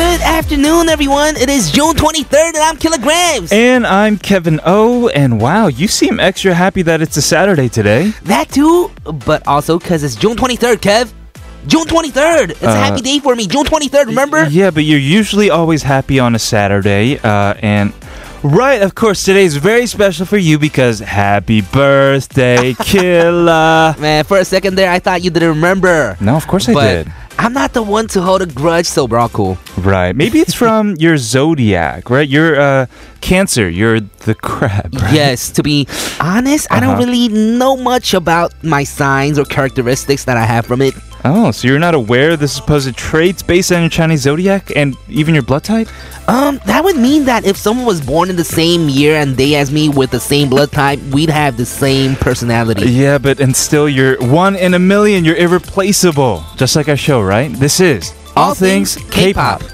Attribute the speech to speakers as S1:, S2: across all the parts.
S1: afternoon, everyone. It is June 23rd, and I'm Kilograms.
S2: And I'm Kevin O. And wow, you seem extra happy that it's a Saturday today.
S1: that too, but also because it's June 23rd, Kev. June 23rd.
S2: Uh,
S1: It's a happy day for me. June 23rd, remember?
S2: Yeah, but you're usually always happy on a Saturday. Uh, and right, of course, today is very special for you because happy birthday, Killa.
S1: Man, for a second there, I thought you didn't remember.
S2: No, of course I
S1: but
S2: did.
S1: I'm not the one to hold a grudge, so we're all cool.
S2: Right. Maybe it's from your zodiac, right? You're uh, Cancer. You're the crab. Right?
S1: Yes, to be honest, I don't
S2: Uh-huh.
S1: really know much about my signs or characteristics that I have from it.
S2: Oh, so you're not aware of the supposed traits based on your Chinese zodiac and even your blood type?
S1: Um, that would mean that if someone was born in the same year and day as me with the same blood type, we'd have the same personality.
S2: Yeah, but and still, you're one in a million. You're irreplaceable, just like our show, right? This is
S1: All Things K-Pop.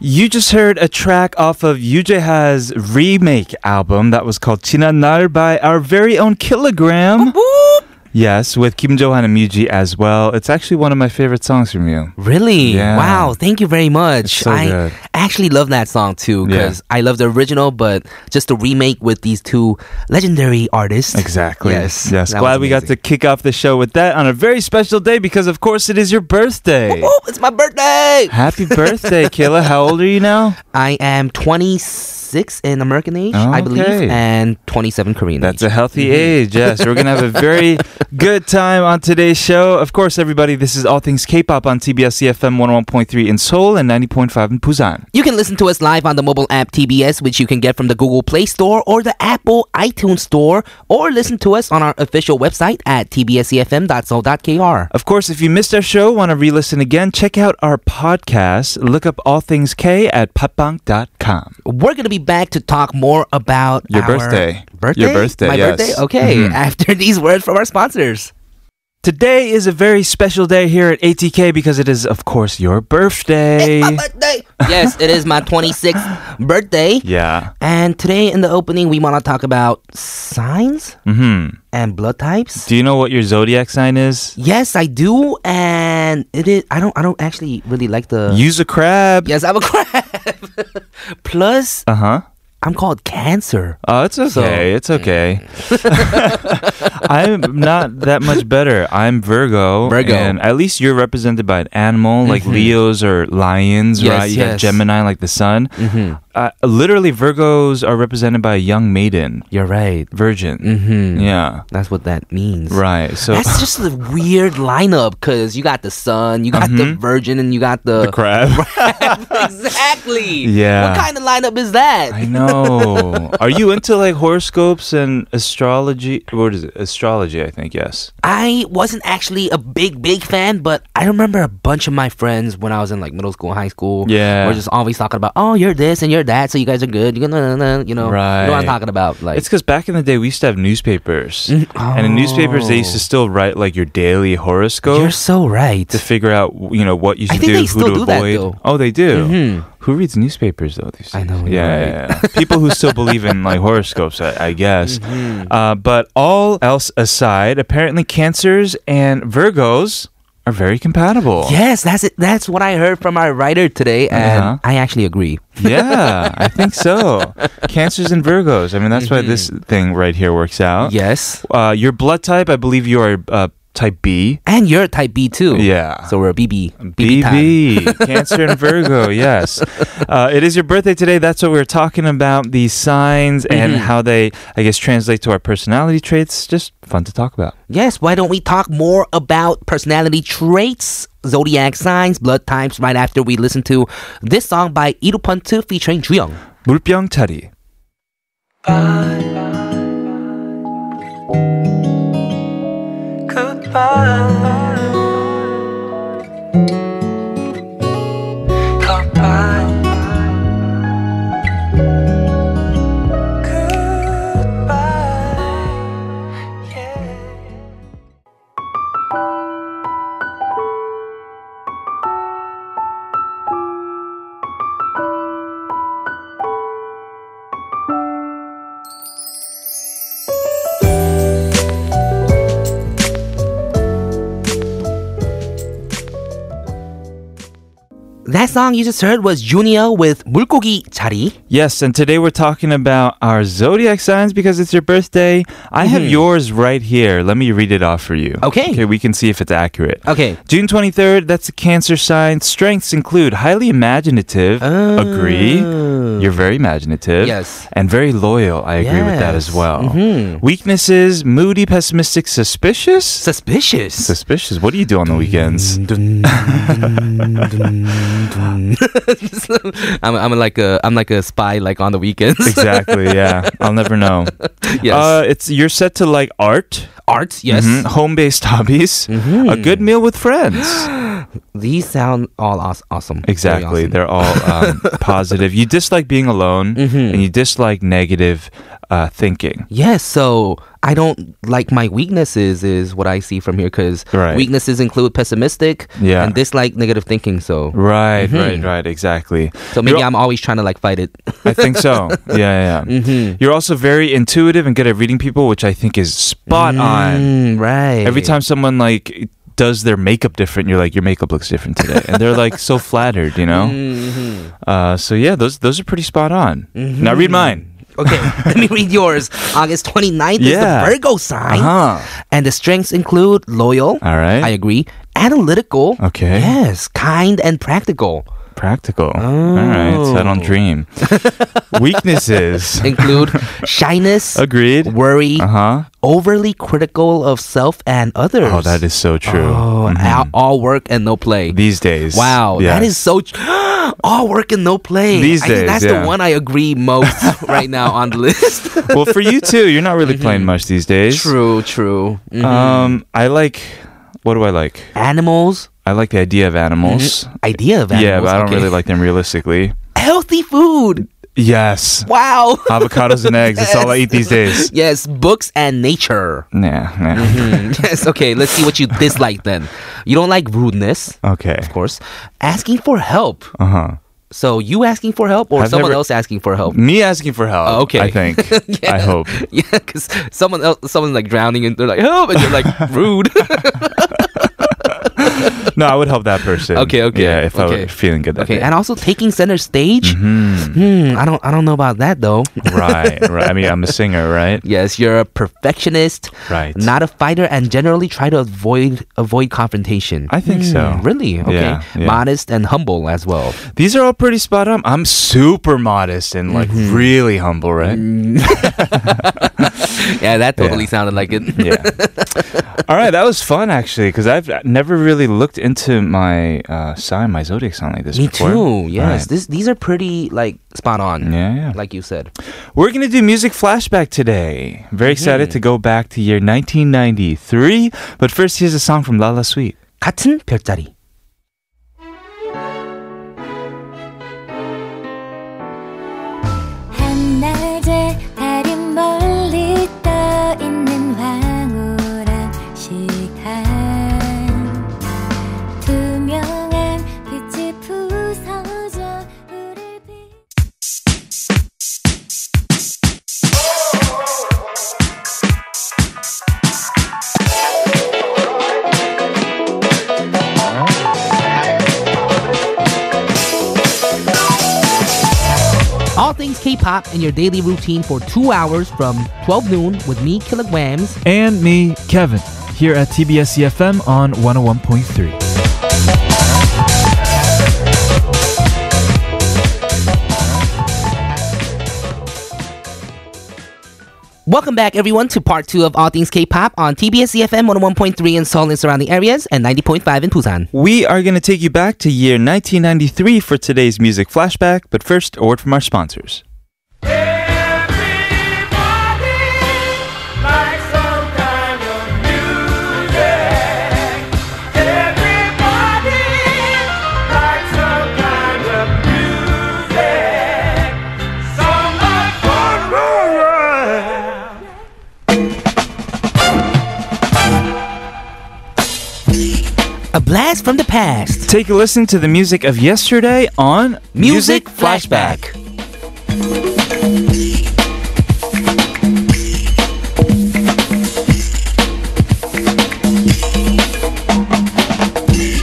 S2: You just heard a track off of Yujeha's remake album that was called China Nar by our very own Kilogram. Yes, with Kim Johan and Muji as well. It's actually one of my favorite songs from you.
S1: Really?
S2: Yeah.
S1: Wow, thank you very much.
S2: It's so
S1: I
S2: good.
S1: actually love that song too because I love the original, but just the remake with these two legendary artists.
S2: Exactly.
S1: Yes.
S2: Yes.
S1: that
S2: Glad
S1: was
S2: we got to
S1: amazing.
S2: kick off the show with that on a very special day because, of course, it is your birthday.
S1: Oh, it's my birthday!
S2: Happy birthday, Killa. How old are you now?
S1: I am 26 in American age, I believe,
S2: Okay.
S1: and 27 Korean
S2: That's a
S1: age.
S2: healthy age. Yes, we're gonna have a very good time on today's show. Of course, everybody, this is all things K-pop on TBS EFM 101.3 in Seoul and 90.5 in Busan.
S1: You can listen to us live on the mobile app TBS, which you can get from the Google Play Store or the Apple iTunes Store, or listen to us on our official website at tbsefm.so.kr.
S2: Of course, if you missed our show, want to re-listen again, check out our podcast. Look up all things K at popbang.com.
S1: We're going to be back to talk more about
S2: Your
S1: our
S2: birthday.
S1: Birthday?
S2: Your birthday,
S1: My
S2: yes.
S1: birthday? Okay.
S2: Mhm.
S1: After these words from our sponsors.
S2: Today is a very special day here at ATK because it is, of course, your birthday.
S1: It's my birthday. yes, it is my 26th birthday.
S2: yeah.
S1: And today in the opening, we want to talk about signs
S2: Hmm.
S1: and blood types.
S2: Do you know what your zodiac sign is?
S1: Yes, I do, and it is. I don't. I don't actually really like the.
S2: Use a crab.
S1: yes, I'm a crab. Plus,
S2: Uh huh.
S1: I'm called Cancer.
S2: Oh, it's okay.
S1: So-
S2: it's okay. I'm not that much better. I'm Virgo.
S1: Virgo. Mm-hmm.
S2: And at least you're represented by an animal, like Leos or lions,
S1: Yes,
S2: right? You
S1: yes.
S2: have
S1: Mm-hmm.
S2: Gemini, like the sun. Uh, literally, Virgos are represented by a young maiden,
S1: You're right.
S2: virgin.
S1: Mm-hmm.
S2: Yeah.
S1: That's what that means.
S2: Right. So
S1: That's just a weird lineup because you got the sun, you got the virgin, and you got the.
S2: Mm-hmm. the crab.
S1: exactly.
S2: Yeah.
S1: What kind of lineup is that?
S2: I know. Are you into like horoscopes and astrology? What is it? Astrology, I think. Yes.
S1: I wasn't actually a big, big fan, but I remember a bunch of my friends when I was in like middle school, high school.
S2: Yeah.
S1: Were just always talking about, oh, you're this and you're that, so you guys are good. You know, you know, you know what
S2: Right.
S1: I'm talking about. Like,
S2: It's because back in the day we used to have newspapers,
S1: Mm,
S2: and in newspapers they used
S1: oh.
S2: to still write like your daily
S1: you're
S2: horoscope
S1: so right.
S2: to figure out you know what you
S1: I
S2: should
S1: think
S2: do,
S1: they
S2: who
S1: still
S2: to
S1: do that,
S2: avoid.
S1: though.
S2: oh, they do.
S1: Mhm.
S2: Who reads newspapers though? These
S1: I
S2: days?
S1: know, you're
S2: Yeah,
S1: right.
S2: yeah, yeah. people who still believe in like horoscopes, I, I guess.
S1: Mm-hmm.
S2: Uh, but all else aside, apparently cancers and Virgos are very compatible.
S1: Yes, that's it. That's what I heard from our writer today, and
S2: Uh-huh.
S1: I actually agree.
S2: yeah, I think so. Cancers and Virgos. I mean, that's why this
S1: Mm-hmm.
S2: thing right here works out.
S1: Yes,
S2: Uh, your blood type, I believe you are uh, type B.
S1: and you're a type B too.
S2: Yeah.
S1: So we're a BB. BB. time.
S2: BB, Cancer and Virgo, yes. Uh, it is your birthday today. That's what we are talking about these signs and
S1: Mm-hmm.
S2: how they, I guess, translate to our personality traits. Just fun to talk about.
S1: Yes. Why don't we talk more about personality traits, zodiac signs, blood types? Right after we listen to this song by Irupantu featuring Juyong.
S2: 물병 차리.
S3: Goodbye.
S1: That song you just heard was Junior with 물고기 자리.
S2: Yes, and today we're talking about our zodiac signs because it's your birthday. I have yours right here. Let me read it off for you.
S1: Mm-hmm. Okay.
S2: Okay, we can see if it's accurate.
S1: Okay.
S2: June 23rd, that's a cancer sign. Strengths include highly imaginative. Agree. You're very imaginative.
S1: Oh. Yes.
S2: And very loyal. I agree with that as
S1: Yes. Mm-hmm.
S2: well. Weaknesses moody, pessimistic, suspicious.
S1: Suspicious.
S2: Suspicious. What do you do on the weekends?
S1: Dun, dun, dun, dun. I'm, I'm like a I'm like a spy like on the weekends.
S2: exactly. Yeah. I'll never know.
S1: yes.
S2: Uh, it's you're set to like art,
S1: Art. Yes. Mm-hmm.
S2: home based hobbies, a good meal with friends.
S1: These sound all aw- awesome. Very
S2: Exactly.
S1: awesome.
S2: They're all um, positive. You dislike being alone
S1: Mm-hmm.
S2: and you dislike negative uh, thinking.
S1: Yes, so I don't like my weaknesses is what I see from here because
S2: Right.
S1: weaknesses include pessimistic
S2: Yeah.
S1: and dislike negative thinking. So,
S2: Right, right, right, exactly.
S1: so maybe
S2: You're-
S1: I'm always trying to like fight it.
S2: I think so. Yeah, yeah. yeah.
S1: Mm-hmm.
S2: You're also very intuitive and good at reading people, which I think is spot on.
S1: Mm, right.
S2: Every time someone like does their makeup different, you're like, your makeup looks different today, and they're like so flattered, you know.
S1: Mm-hmm.
S2: Uh, so yeah, those those are pretty spot on. Now read mine.
S1: Okay, let me read yours. August 29th
S2: Yeah.
S1: is the Virgo sign.
S2: Uh-huh.
S1: And the strengths include loyal.
S2: All right.
S1: I agree. Analytical.
S2: Okay.
S1: Yes, kind and practical. Oh.
S2: Practical. All right. So I don't dream. Weaknesses.
S1: Include shyness,
S2: Agreed.
S1: worry,
S2: Uh huh.
S1: overly critical of self and others.
S2: Oh, that is so true. Mm-hmm.
S1: Oh, all, all work and no play.
S2: These days.
S1: wow,
S2: Yeah.
S1: that is so. Tr- all work and no play.
S2: These
S1: I think
S2: days,
S1: that's
S2: yeah.
S1: the one I agree most right now on the list.
S2: well for you too. You're not really playing much these days.
S1: Mm-hmm. true, true. Mm.
S2: Um, I like. What do I like?
S1: Animals,
S2: I like the idea of animals.
S1: idea of Mm-hmm. animals.
S2: Yeah, but I don't
S1: okay.
S2: really like them realistically.
S1: healthy food.
S2: Yes.
S1: Wow.
S2: Avocados and eggs. That's all I eat these days.
S1: yes, books and nature.
S2: Nah. nah. Mm.
S1: Hmm, yes, okay, let's see what you dislike then. You don't like rudeness,
S2: Okay.
S1: of course. Asking for help.
S2: Uh huh.
S1: So you asking for help or
S2: I've
S1: someone
S2: never-
S1: else asking for help?
S2: Me asking for help.
S1: Oh, okay.
S2: I think. I hope.
S1: Yeah, because someone else, someone's like drowning and they're like, help, and you're like, rude.
S2: No, I would help that person.
S1: Okay, okay,
S2: Yeah, if I
S1: okay.
S2: were feeling good that
S1: okay,
S2: day.
S1: and
S2: Mm-hmm.
S1: also taking center stage. Hmm, I don't, I don't know about that though.
S2: right, right. I mean, I'm a singer, right?
S1: Yes, you're a perfectionist,
S2: Right.
S1: Not a fighter, and generally try to avoid avoid confrontation. Hmm.
S2: I think so.
S1: Really? Okay.
S2: Yeah, yeah.
S1: Modest and humble as well.
S2: These are all pretty spot on. I'm super modest and like
S1: Mm-hmm.
S2: really humble, right?
S1: Yeah, that totally
S2: Yeah.
S1: sounded like it.
S2: Yeah. all right, that was fun actually, because I've never really looked into my uh, sign, my zodiac sign like this
S1: Me
S2: before.
S1: too. Yes,
S2: Right.
S1: this, these are pretty like spot on.
S2: Yeah, yeah.
S1: Like you said.
S2: We're gonna do music flashback today.
S4: Mm-hmm.
S2: Very excited to go back to year 1993. But first, here's a song from Lala Sweet.
S1: 같은 별자리.
S3: 한낮에 달인 멀리 떠 있는 황홀한 시간 투명한 빛이 부서져 우릴 비
S1: All things K-pop in your daily routine for two hours from 12 noon with me, Kilograms.
S4: and me, Kevin, here at TBS EFM on 101.3.
S1: Welcome back, everyone, to part two of All Things K-pop on TBS EFM 101.3 in Seoul and surrounding areas and 90.5 in Busan.
S2: We are going to take you back to year 1993 for today's music flashback, but first, a word from our sponsors.
S1: A blast from the past.
S2: Take a listen to the music of yesterday on
S1: Music Flashback.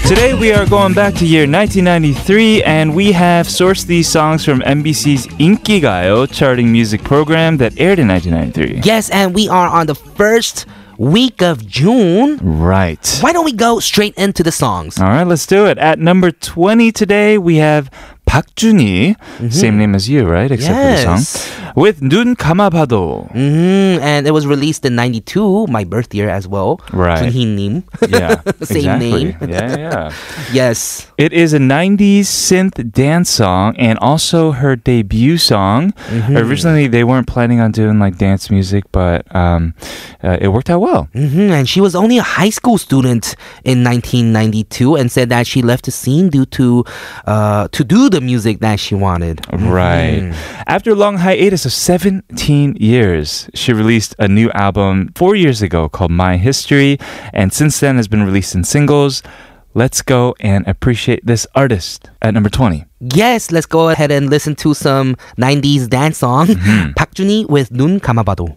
S2: Today we are going back to year 1993 and we have sourced these songs from NBC's Inkigayo charting music program that aired in 1993.
S1: Yes, and we are on the first week of June.
S2: Right.
S1: Why don't we go straight into the songs?
S2: All right, let's do it. At number 20 today we have Park Junyi, same name as you, right? Except for the
S1: Mm-hmm. Yes.
S2: song. With 눈 감아봐도.
S1: Mm, and it was released in 92, my birth year as well.
S2: Right.
S1: Junhinim.
S2: Yeah.
S1: Same
S2: exactly.
S1: name.
S2: Yeah, yeah.
S1: yes.
S2: It is a 90s synth dance song and also her debut song.
S1: Mm-hmm.
S2: Originally, they weren't planning on doing like dance music, but um, uh, it worked out well.
S1: hmm And she was only a high school student in 1992 and said that she left the scene due to uh, to do the music that she wanted.
S2: Right. After a long hiatus of 17 years, she released a new album four years ago called My History, and since then has been released in singles. Let's go and appreciate this artist at number 20.
S1: Yes, let's go ahead and listen to some 90s dance song. Park Junhee with 눈 감아봐도.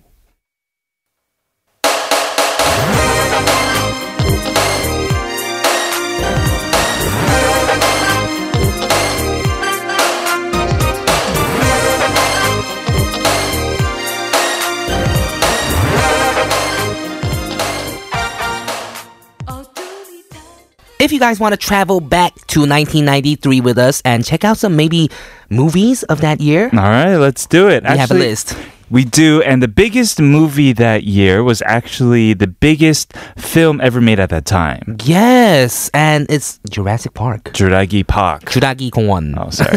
S1: If you guys want to travel back to 1993 with us and check out some maybe movies of that year,
S2: All right, let's do it.
S1: we have a
S2: Actually-
S1: list.
S2: We do, and the biggest movie that year was actually the biggest film ever made at that time.
S1: Yes, and it's Jurassic Park.
S2: Juragi Park.
S1: 주라기 공원.
S2: Oh, sorry.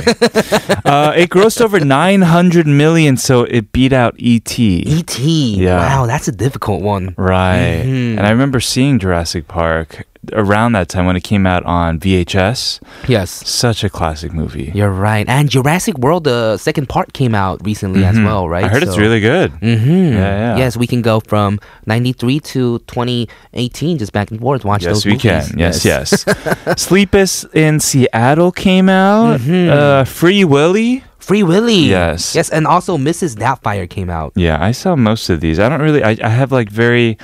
S2: uh, it grossed over 900 million, so it beat out E E.T.
S1: E.T.
S2: Yeah.
S1: E Wow, that's a difficult one.
S2: Right.
S1: Mm-hmm.
S2: And I remember seeing Jurassic Park around that time when it came out on VHS.
S1: Yes.
S2: Such a classic movie.
S1: You're right. And Jurassic World, the second part came out recently as well, right?
S2: Hmm. Mm-hmm. I heard it's really good.
S1: Mm-hmm.
S2: Yeah, yeah.
S1: Yes, we can go from 93 to 2018, just back and forth, watch
S2: Yes,
S1: those
S2: we
S1: movies.
S2: can. Yes, yes. Sleepus in Seattle came out.
S1: Mm-hmm.
S2: Uh, Free Willy.
S1: Free Willy.
S2: Yes.
S1: Yes, and also Mrs. Doubtfire came out.
S2: Yeah, I saw most of these. I don't really. I, I have like very.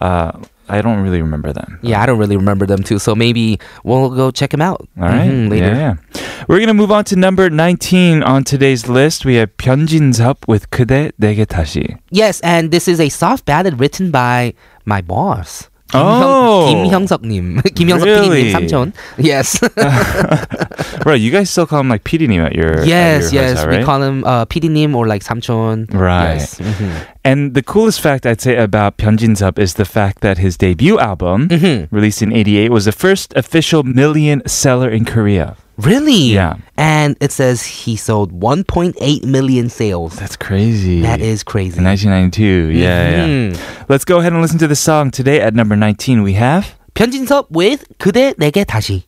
S2: Uh, I don't really remember them.
S1: Yeah, I don't really remember them too, so maybe we'll go check them out
S2: All right?
S1: Mhm, later.
S2: Yeah, yeah. We're gonna move on to number nineteen on today's list. We have Pyonjin's up with 그대 내게 다시.
S1: Yes, and this is a soft ballad written by my boss. Kim Hyung,
S2: Oh.
S1: Kim Hyung-suk Kim Hyung-suk
S2: Really?
S1: PD님 삼촌. Yes.
S2: Bro, you guys still call him like PD name at your at
S1: yes,
S2: your
S1: yes.
S2: 회사,
S1: We
S2: right?
S1: call him uh, PD님 or like 삼촌.
S2: Right.
S1: Yes. Mhm.
S2: And the coolest fact I'd say about Pyonjin's up is the fact that his debut album,
S1: Mm-hmm.
S2: released in '88, was the first official million seller in Korea.
S1: Really?
S2: Yeah.
S1: And it says he sold 1.8 million sales.
S2: That's crazy.
S1: That is crazy.
S2: In 1992. Yeah,
S1: Mhm.
S2: yeah. Let's go ahead and listen to the song. Today at number 19, we have.
S1: 변진섭 with 그대 내게 다시.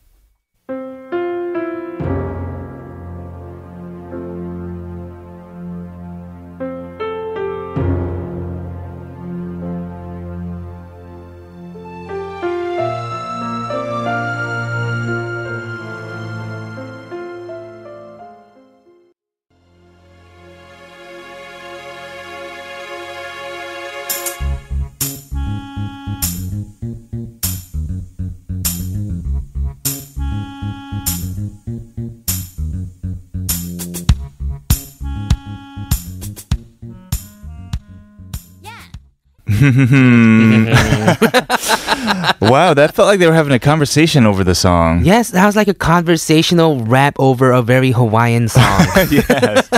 S2: Mm. wow, that felt like they were having a conversation over the song.
S1: Yes, that was like a conversational rap over a very Hawaiian song.
S2: yes.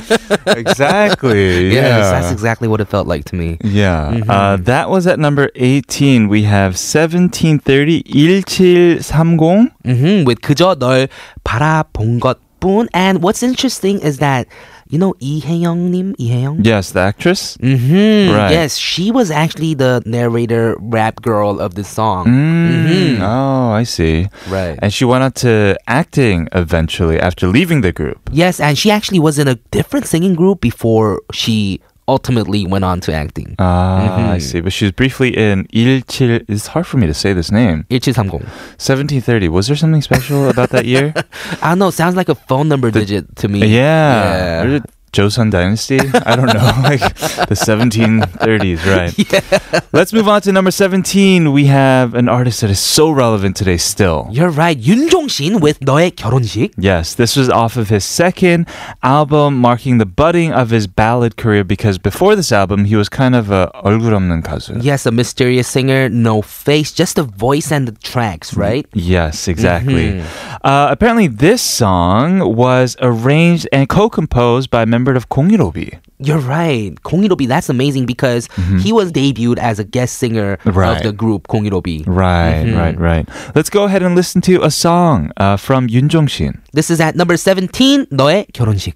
S2: Exactly.
S1: Yes, that's exactly what it felt like to me.
S2: Yeah. Uh, that was at number 18. We have 1730 1730.
S1: hmm with 그저 널 바라본 것뿐. And what's interesting is that you know 이혜영님, 이혜영.
S2: Yes, the actress.
S1: Mm-hmm.
S2: Right.
S1: Yes, she was actually the narrator rap girl of this song.
S2: Mm, Oh, I see.
S1: Right.
S2: And she went on to acting eventually after leaving the group.
S1: Yes, and she actually was in a different singing group before she ultimately went on to acting.
S2: Ah, I see. But she was briefly in 17. It's hard for me to say this name.
S1: 1730.
S2: 1730. Was there something special about that year?
S1: I don't know, sounds like a phone number digit to me.
S2: yeah. Or did- Joseon Dynasty? I don't know. like the 1730s, right? Let's move on to number 17. We have an artist that is so relevant today still.
S1: You're right. 윤종신 with 너의 결혼식.
S2: Yes, this was off of his second album, marking the budding of his ballad career because before this album, he was kind of a 얼굴 없는 가수.
S1: Yes, a mysterious singer, no face, just the voice and the tracks, right?
S2: Yes, exactly. Uh, apparently, this song was arranged and co-composed by a member of Kongirobi.
S1: You're right. 공이로비, that's amazing because he was debuted as a guest singer
S2: Right.
S1: of the group 공이로비.
S2: Right, right, right. Let's go ahead and listen to a song uh, from Yun Jong Shin.
S1: This is at number 17, 너의 결혼식.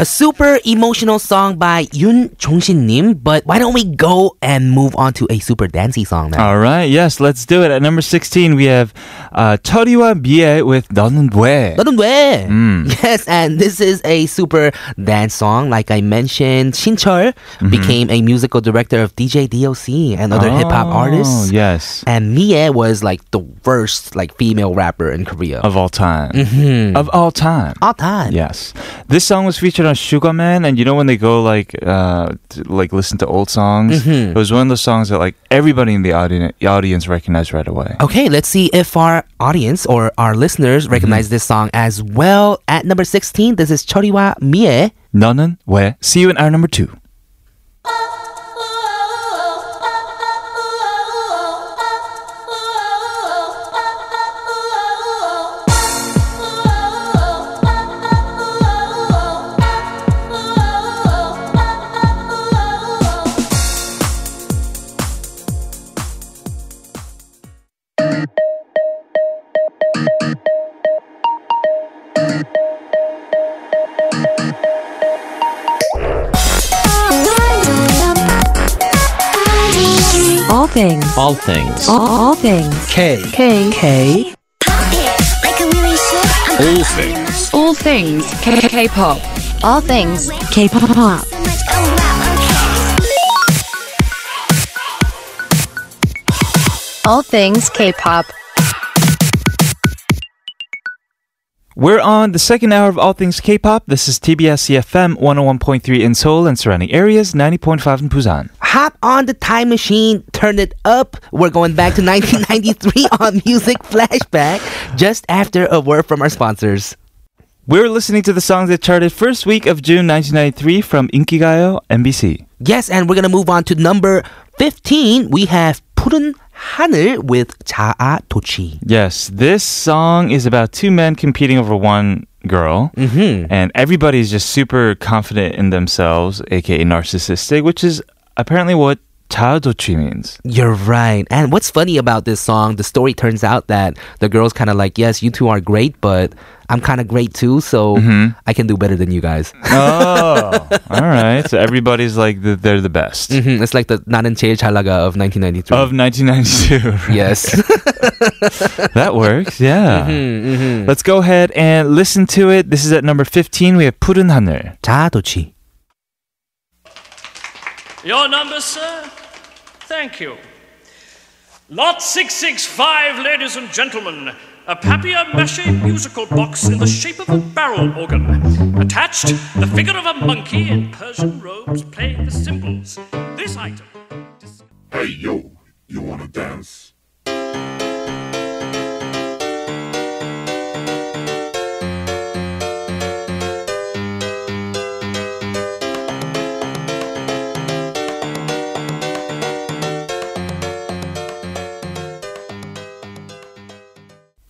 S1: A super emotional song by Yoon Jongshin Nim, but why don't we go and move on to a super dancey song now?
S2: All right, yes, let's do it. At number 16, we have uh, Toriwa Mie with 너는 왜.
S1: 너는 왜? eh?
S2: Mm.
S1: Yes, and this is a super dance song. Like I mentioned, Shincheol became a musical director of DJ DOC and other hip hop
S2: Mm-hmm. Oh,
S1: artists.
S2: Yes,
S1: And Mie was like the worst like female rapper in Korea
S2: of all time. Mm-hmm. Of all time.
S1: all time.
S2: Yes, this song was featured on Sugar Man, and you know when they go like, uh, to, like listen to old songs, it was one of those songs that like everybody in the audience audience recognized right away.
S1: Okay, let's see if our audience or our listeners
S2: Mm-hmm.
S1: recognize this song as well. At number 16, this is Choriwa Mie.
S2: 너는 왜? See you in hour number two.
S5: All things.
S6: All things.
S5: All, all things.
S6: K.
S5: K. K.
S6: All things.
S5: All things. K. K. Pop. All things. K. Pop. All things K. Pop.
S2: We're on the second hour of All Things K-pop. This is TBS CFM 101.3 in Seoul and surrounding areas, 90.5 in Busan.
S1: Hop on the time machine, turn it up. We're going back to 1993 on Music Flashback just after a word from our sponsors.
S2: We're listening to the songs that charted first week of June 1993 from Inkigayo MBC.
S1: Yes, and we're gonna move on to number 15. We have 푸른 하늘 with 자아 도치.
S2: Yes, this song is about two men competing over one girl, mm-hmm. and everybody's just super confident in themselves, aka narcissistic, which is apparently what 자아도취 means.
S1: You're right. And what's funny about this song, the story turns out that the girl's kind of like, yes, you two are great, but I'm kind of great too, so I can do better than you guys.
S2: Oh, Mm-hmm. all right. So everybody's like the, they're the best
S1: Mhm, it's like the 나는 제일 잘 나가 of 1993.
S2: of 1992.
S1: yes.
S2: that works. Yeah. Let's go ahead and listen to it. This is at number 15. We have 푸른 하늘.
S1: 자아 도치.
S7: Your number, sir? Thank you. Lot 665, ladies and gentlemen. A papier mache musical box in the shape of a barrel organ. Attached, the figure of a monkey in Persian robes playing the cymbals. This item.
S8: Hey yo, you wanna dance?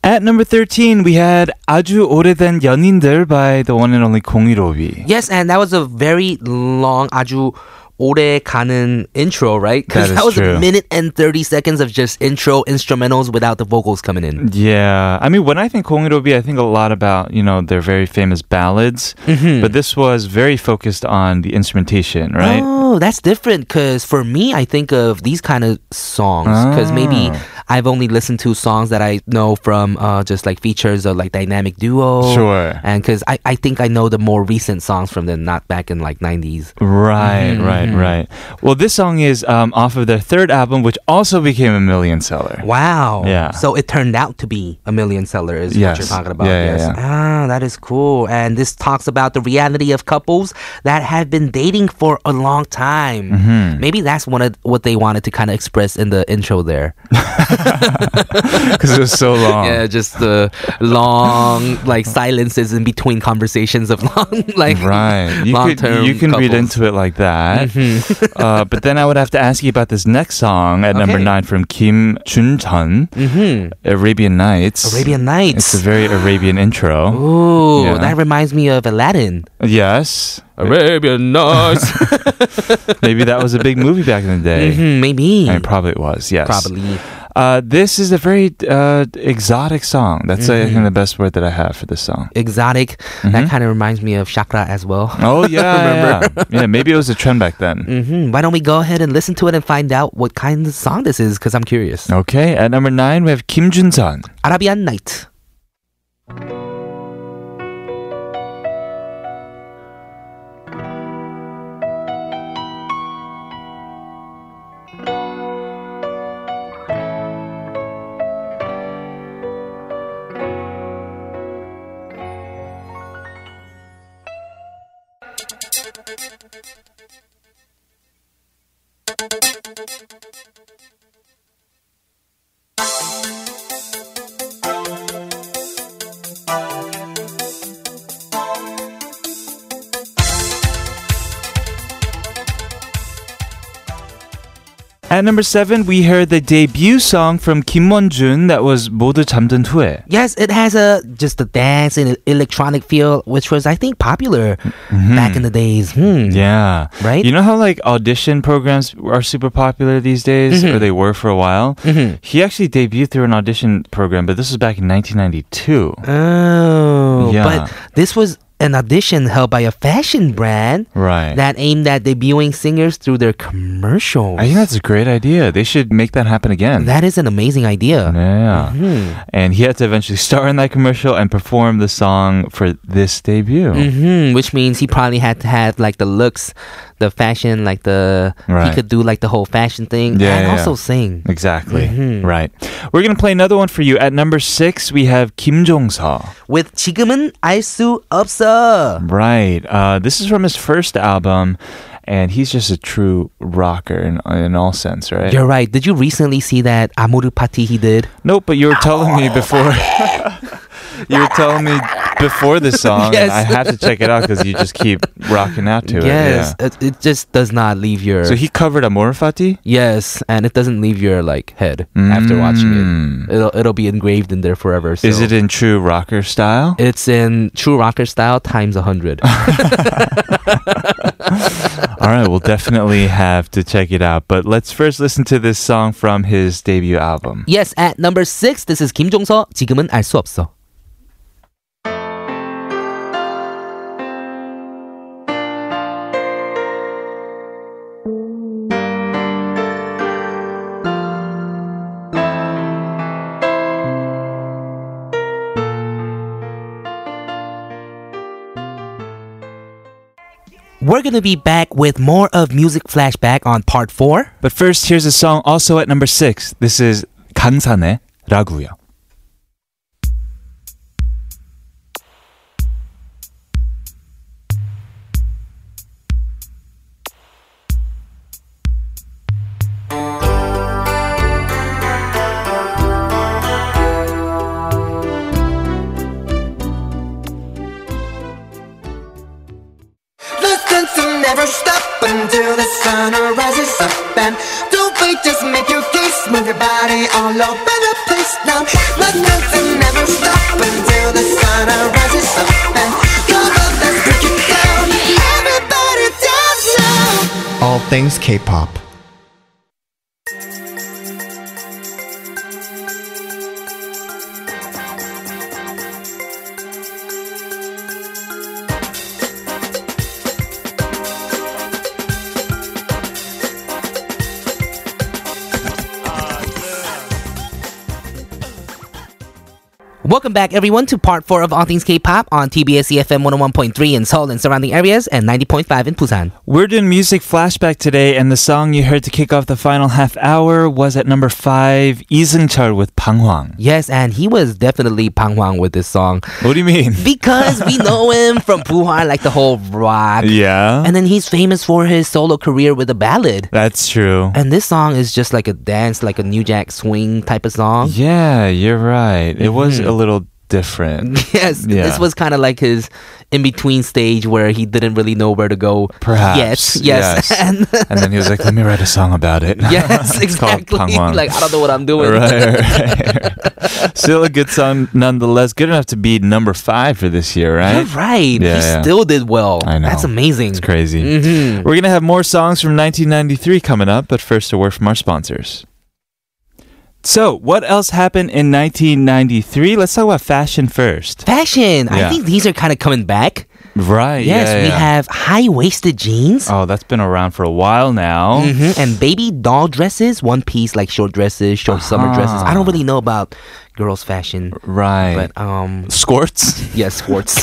S2: At number 13, we had 아주 오래된 연인들 by the one and only 공이로비.
S1: Yes, and that was a very long 아주 오래 가는 intro, right? Because
S2: That
S1: that,
S2: is
S1: was
S2: true.
S1: a minute and 30 seconds of just intro instrumentals without the vocals coming in.
S2: Yeah, I mean, when I think 공이로비, I think a lot about, you know, their very famous ballads. But this was very focused on the instrumentation, right?
S1: Oh, that's different. Cause for me, I think of these kind of songs. Cause maybe
S2: Ah.
S1: I've only listened to songs that I know from uh, just like features or like Dynamic Duo.
S2: Sure.
S1: And because I, I think I know the more recent songs from them, not back in like 90s.
S2: Right, right, right. Well, this song is um, off of their third album, which also became a million seller.
S1: Wow.
S2: Yeah.
S1: So it turned out to be a million seller is what you're
S2: Yes.
S1: talking about.
S2: Yeah, yeah,
S1: yes. Ah, that is cool. And this talks about the reality of couples that have been dating for a long time.
S2: Mm-hmm.
S1: Maybe that's one of what they wanted to kind of express in the intro there.
S2: Because it was so long.
S1: Yeah, just the long like silences in between conversations of long like
S2: Right. You could,
S1: long-term
S2: you can
S1: couples.
S2: read
S1: Mm-hmm.
S2: into it like that. uh, but then I would have to ask you about this next song at number
S1: Okay. Mm-hmm.
S2: nine from Kim Chun Chun, Arabian Nights.
S1: Arabian Nights.
S2: It's a very Arabian intro.
S1: Ooh,
S2: Yeah.
S1: that reminds me of Aladdin.
S2: Yes.
S1: Arabian Nights.
S2: Maybe that was a big movie back in the day.
S1: hmm maybe.
S2: I mean, probably it was, yes.
S1: Probably.
S2: Uh, this is a very uh, exotic song. That's I
S1: Mm-hmm.
S2: think the best word that I have for this song.
S1: Exotic.
S2: Mm-hmm.
S1: That kind of reminds me of Chakra as well.
S2: Oh yeah, remember? Yeah. yeah, maybe it was a trend back then.
S1: hmm Why don't we go ahead and listen to it and find out what kind of song this is? Because I'm curious.
S2: Okay, at number nine we have Kim Jun Sun.
S1: Arabian Night.
S2: At number seven we heard the debut song from Kim Won Jun that was 모두 잠든 후에.
S1: Yes, it has a just a dance and an electronic feel, which was I think popular back in the days. Hmm.
S2: Mm-hmm. Yeah.
S1: Right?
S2: You know how like audition programs are super popular these days,
S1: Mm-hmm.
S2: or they were for a while? He actually debuted through an audition program, but this was back in 1992.
S1: Oh,
S2: Yeah.
S1: but this was an audition held by a fashion brand
S2: Right.
S1: that aimed at debuting singers through their commercials.
S2: I think that's a great idea. They should make that happen again.
S1: that Mm-hmm. is an amazing idea.
S2: yeah. And he had to eventually star in that commercial and perform the song for this debut.
S1: hmm which means he probably had to have like the looks, the fashion, like the
S2: Right.
S1: he could do like the whole fashion thing,
S2: Yeah,
S1: and
S2: yeah,
S1: also
S2: yeah.
S1: sing.
S2: Exactly.
S1: Mm-hmm.
S2: Right. We're going to play another one for you. At number six, we have Kim Jong Seo.
S1: With 지금은 알수 없어.
S2: Right. Uh, this is from his first album, and he's just a true rocker in, in all sense, right?
S1: You're right. Did you recently see that Amuru Pati he did?
S2: nope, but you were telling me before. you were telling me before this song,
S1: Yes.
S2: and I have to check it out because you just keep rocking out to
S1: yes,
S2: it. yeah.
S1: it, it just does not leave your.
S2: So he covered Amor Fati?
S1: yes, and it doesn't leave your like head after watching it. It'll it'll be engraved in there forever. So.
S2: Mm. Is it in true rocker style?
S1: It's in true rocker style times a hundred.
S2: All right, we'll definitely have to check it out. But let's first listen to this song from his debut album.
S1: yes, at number six, this is Kim Jong Seo. 지금은 알 수 없어. We're gonna be back with more of music flashback on part four.
S2: But first, here's a song also at number six. This is 간산의 라구요.
S6: The sense will never stop until the sun rises up and don't wait, just make your case, move your body all over the place now. The sense will never stop until the sun rises up and come on, let's break it down. Everybody dance now. All things K-pop.
S1: Welcome back, everyone, to part four of All Things K-pop on TBS EFM 101.3 in Seoul and surrounding areas and 90.5 in Busan.
S2: We're doing music flashback today, and the song you heard to kick off the final half hour was at number five, Isengchar with Pang Hwang.
S1: Yes, and he was definitely Panghwang with this song
S2: What do you mean?
S1: because we know him from Buhar, like the whole rock.
S2: yeah,
S1: And then he's famous for his solo career with a ballad.
S2: that's true.
S1: And this song is just like a dance, like a New Jack Swing type of song.
S2: Yeah, you're right. It was a little different,
S1: Yes,
S2: Yeah.
S1: this was kind of like his in between stage where he didn't really know where to go.
S2: perhaps.
S1: Yet. Yes. And
S2: and then he was like, "Let me write a song about it."
S1: yes,
S2: It's called
S1: exactly.
S2: Pangwang.
S1: Like, I don't know what I'm doing.
S2: right, right. Still a good song, nonetheless. Good enough to be number five for this year,
S1: You're
S2: right?
S1: right.
S2: Yeah,
S1: he
S2: yeah.
S1: still did well.
S2: I know.
S1: That's amazing. Mm-hmm.
S2: It's crazy. We're going to have more songs from 1993 coming up, but first, a word from our sponsors. So, what else happened in 1993? Let's talk about fashion first.
S1: Fashion.
S2: Yeah.
S1: I think these are kind of coming back.
S2: Right.
S1: Yes,
S2: yeah,
S1: we
S2: yeah.
S1: have high waisted jeans.
S2: Oh, that's been around for a while now.
S1: Mhm, And baby doll dresses, one piece like short dresses, short
S2: Uh-huh.
S1: summer dresses. I don't really know about girls' fashion,
S2: Right.
S1: but um,
S2: Skorts?
S1: yeah, skorts,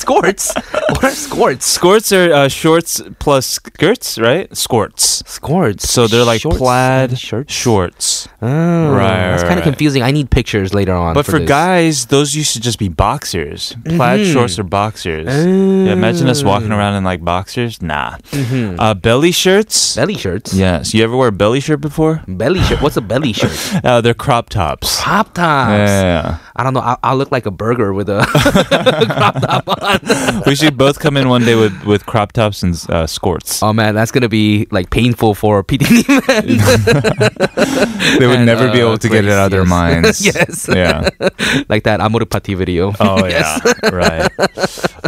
S1: skorts, what are skorts?
S2: Skorts are uh, shorts plus skirts, right? Skorts.
S1: Skorts.
S2: So they're like
S1: Shorts
S2: plaid
S1: and shirts.
S2: shorts.
S1: Oh,
S2: Right,
S1: That's
S2: right,
S1: kind
S2: right.
S1: of confusing. I need pictures later on.
S2: But for,
S1: this.
S2: guys, those used to just be boxers. Plaid shorts or boxers. Yeah, imagine us walking around in like boxers. Nah. Uh, belly shirts.
S1: belly shirts.
S2: yes. You ever wear a belly shirt before?
S1: Belly shirt. What's a belly shirt?
S2: Uh, they're crop tops.
S1: Top Mm. tops.
S2: Yeah.
S1: I don't know. I'll, I'll look like a burger with a crop top on.
S2: we should both come in one day with, with crop tops and uh, skorts.
S1: Oh man, that's gonna be like painful for PD man.
S2: they would
S1: and,
S2: never be
S1: uh,
S2: able to get it
S1: Grace,
S2: out of their
S1: yes.
S2: minds.
S1: Yes.
S2: Yeah.
S1: like that Amor Pati video.
S2: Oh, yeah. Right.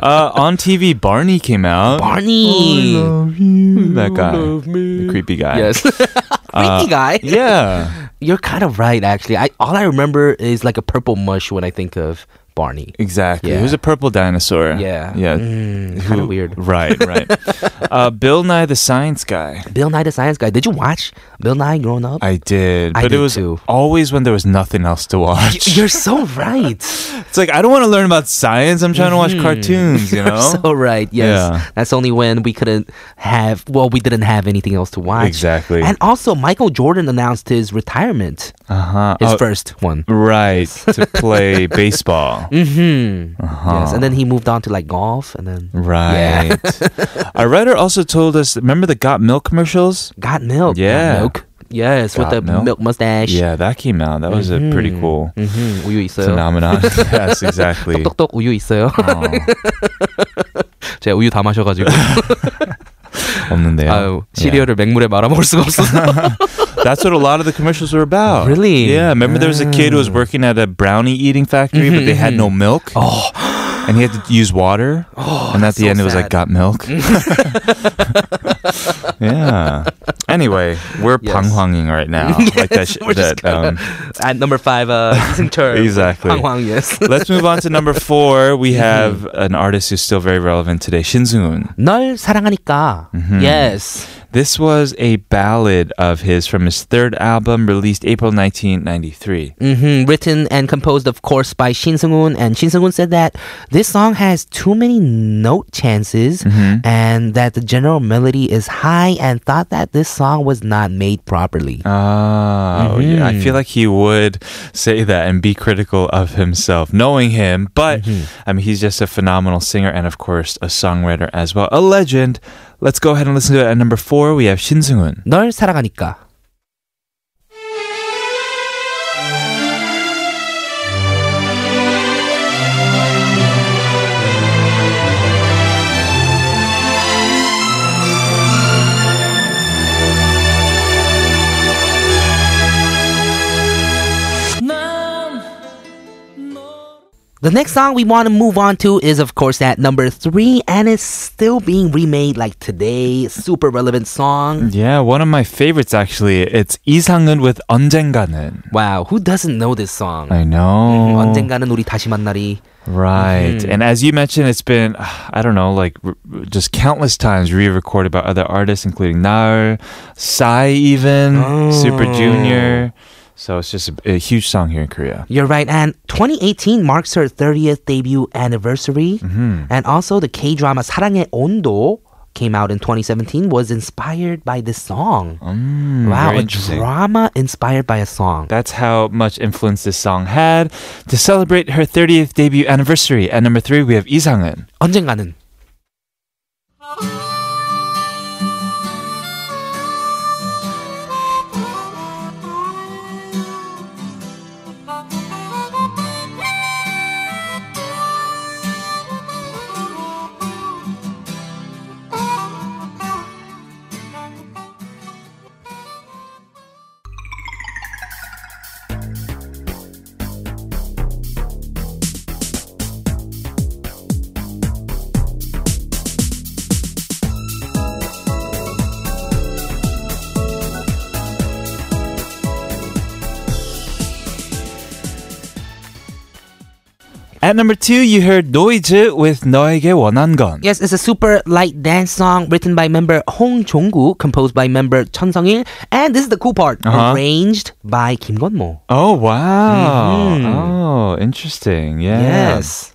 S2: Uh, on TV, Barney came out.
S1: Barney.
S2: that guy. The creepy guy.
S1: Yes. Creepy guy. Uh,
S2: Yeah.
S1: You're kind of right, actually. I all I remember is like a purple mush when I think of Barney.
S2: Exactly.
S1: Yeah.
S2: He was a purple dinosaur.
S1: Yeah.
S2: Yeah.
S1: kind
S2: Who-
S1: of Mm, weird.
S2: Right, right. uh, Bill Nye the Science Guy.
S1: Bill Nye the Science Guy. Did you watch Bill Nye growing up?
S2: I did,
S1: I
S2: but it
S1: did
S2: was
S1: too.
S2: always when there was nothing else to
S1: Y-
S2: watch.
S1: You're so right.
S2: it's like I don't want to learn about science. I'm trying to watch cartoons. You know.
S1: You're so right. Yes.
S2: Oh, Yeah.
S1: That's only when we couldn't have, well, we didn't have anything else to watch.
S2: Exactly.
S1: And also, Michael Jordan announced his retirement,
S2: uh-huh.
S1: his
S2: Oh,
S1: first one.
S2: Right to play baseball.
S1: Mm.
S2: uh-huh.
S1: Yes. And then he moved on to like golf and then
S2: Right. Our writer also told us. Remember the Got Milk commercials?
S1: got milk. Got
S2: Yeah.
S1: milk. Yes,
S2: Got
S1: with the
S2: milk.
S1: milk, mustache.
S2: Yeah, that came out. That was a pretty cool
S1: Mm-hmm. 우유 있어요.
S2: phenomenon. yes, exactly. Oh,
S1: 똑똑똑 우유 있어요.
S2: 어,
S1: 제가 우유 다 마셔가지고
S2: 없는데요.
S1: 아유
S2: Yeah.
S1: 시리얼을 맹물에 말아 먹을 수가 없어서.
S2: That's what a lot of the commercials were about.
S1: Really? Oh.
S2: Yeah. Remember, there was a kid who was working at a brownie eating factory, but they
S1: Mm-hmm,
S2: had no milk. Oh. And he had to use water. Oh, and at the
S1: so
S2: end, it was like,
S1: sad. Mm.
S2: got milk. yeah. Anyway, we're
S1: Yes.
S2: panghwanging right now. like that. sh-
S1: we're just
S2: that um,
S1: At number five, uh, Singter.
S2: Exactly.
S1: 황황, yes.
S2: let's move on to number four.
S1: Mm-hmm.
S2: We have an artist who's still very relevant today, Shinzoon.
S1: 널 사랑하니까.
S2: Mm-hmm.
S1: Yes.
S2: This was a ballad of his from his third album, released April 1993.
S1: hmm Written and composed, of course, by Shin Seung-un. And Shin Seung-un said that this song has too many note chances and that the general melody is high and thought that this song was not made properly.
S2: Oh, yeah. I feel like he would say that and be critical of himself, knowing him. But I mean, he's just a phenomenal singer and, of course, a songwriter as well, a legend. Let's go ahead and listen to it. At number four, we have Shin Seung-un.
S1: 널 사랑하니까. The next song we want to move on to is, of course, at number three, and it's still being remade like today. Super relevant song.
S2: Yeah, one of my favorites, actually. It's 이상은 with 언젠가는.
S1: Wow, who doesn't know this song?
S2: I know.
S1: 언젠가는 우리 다시 만날이.
S2: Right. And as you mentioned, it's been, ah, I don't know, like r- r- just countless times re recorded by Oh. other artists, including Naur, Psy, even, Super Junior. So it's just a, a huge song here in Korea.
S1: You're right. And 2018 marks her 30th debut anniversary.
S2: Mm-hmm.
S1: And also the K drama 사랑의 온도 came out in 2017 was inspired by this song. wow,
S2: Hmm, Mm, very
S1: a
S2: interesting.
S1: drama inspired by a song.
S2: That's how much influence this song had. To celebrate her 30th debut anniversary, at number three, we have 이상은.
S1: 언젠가는
S2: At number two, you heard Noise with 너에게 원한 건.
S1: Yes, it's a super light dance song written by member Hong Jong-gu, composed by member Chun Sung-il, and this is the cool part,
S2: Uh-huh.
S1: arranged by Kim Gun-mo.
S2: Oh, wow.
S1: Mhm.
S2: Oh, interesting. Yeah.
S1: Yes.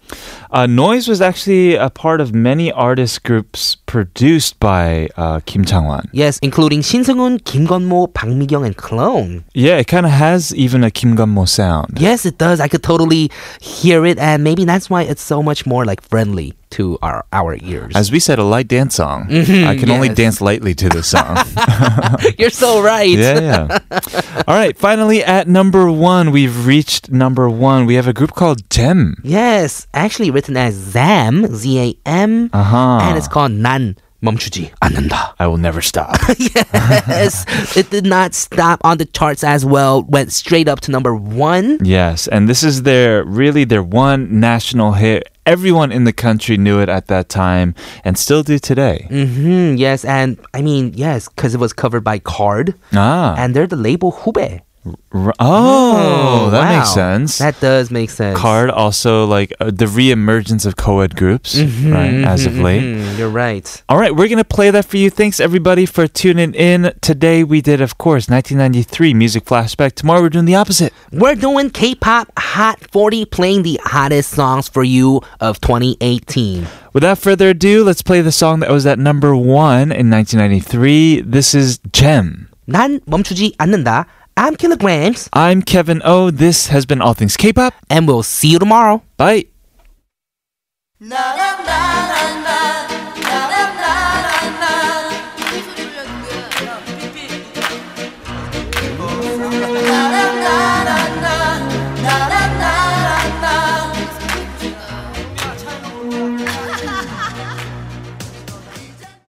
S2: Uh, Noise was actually a part of many artist groups produced by uh, Kim Changwan.
S1: Yes, including Shin Seung-un, Kim Gun-mo, Bang Mi-kyung, and Clone.
S2: Yeah, it kind of has even a Kim Gun Mo sound.
S1: Yes, it does. I could totally hear it, and maybe that's why it's so much more like friendly to our our ears.
S2: As we said, a light dance song. I can only
S1: Mm-hmm, yes.
S2: dance lightly to this song.
S1: You're so right.
S2: yeah, yeah. All right. Finally, at number one, we've reached number one. We have a group called Dem.
S1: Yes, actually written as Zam, Z A M,
S2: Uh-huh.
S1: and it's called 난 멈추지 않는다.
S2: I will never stop.
S1: yes, it did not stop on the charts as well. Went straight up to number one.
S2: yes, and this is their really their one national hit. Everyone in the country knew it at that time, and still do today.
S1: Hmm. Yes, and I mean yes, because it was covered by Card,
S2: Ah,
S1: and they're the label Hube.
S2: r- oh, that makes
S1: wow.
S2: sense.
S1: That does make sense.
S2: Card also like uh, the reemergence of co-ed groups,
S1: Mm-hmm,
S2: right? As of late.
S1: Mm, you're right.
S2: All right, we're going to play that for you. Thanks, everybody, for tuning in. Today, we did, of course, 1993 Music Flashback. Tomorrow, we're doing the opposite.
S1: We're doing K-pop Hot 40, playing the hottest songs for you of 2018.
S2: Without further ado, let's play the song that was at number one in 1993. This is Gem.
S1: 난 멈추지 않는다. I'm Kilograms,
S2: I'm Kevin O. This has been All Things K pop.
S1: and we'll see you tomorrow.
S2: Bye.
S6: Na, na, na, na.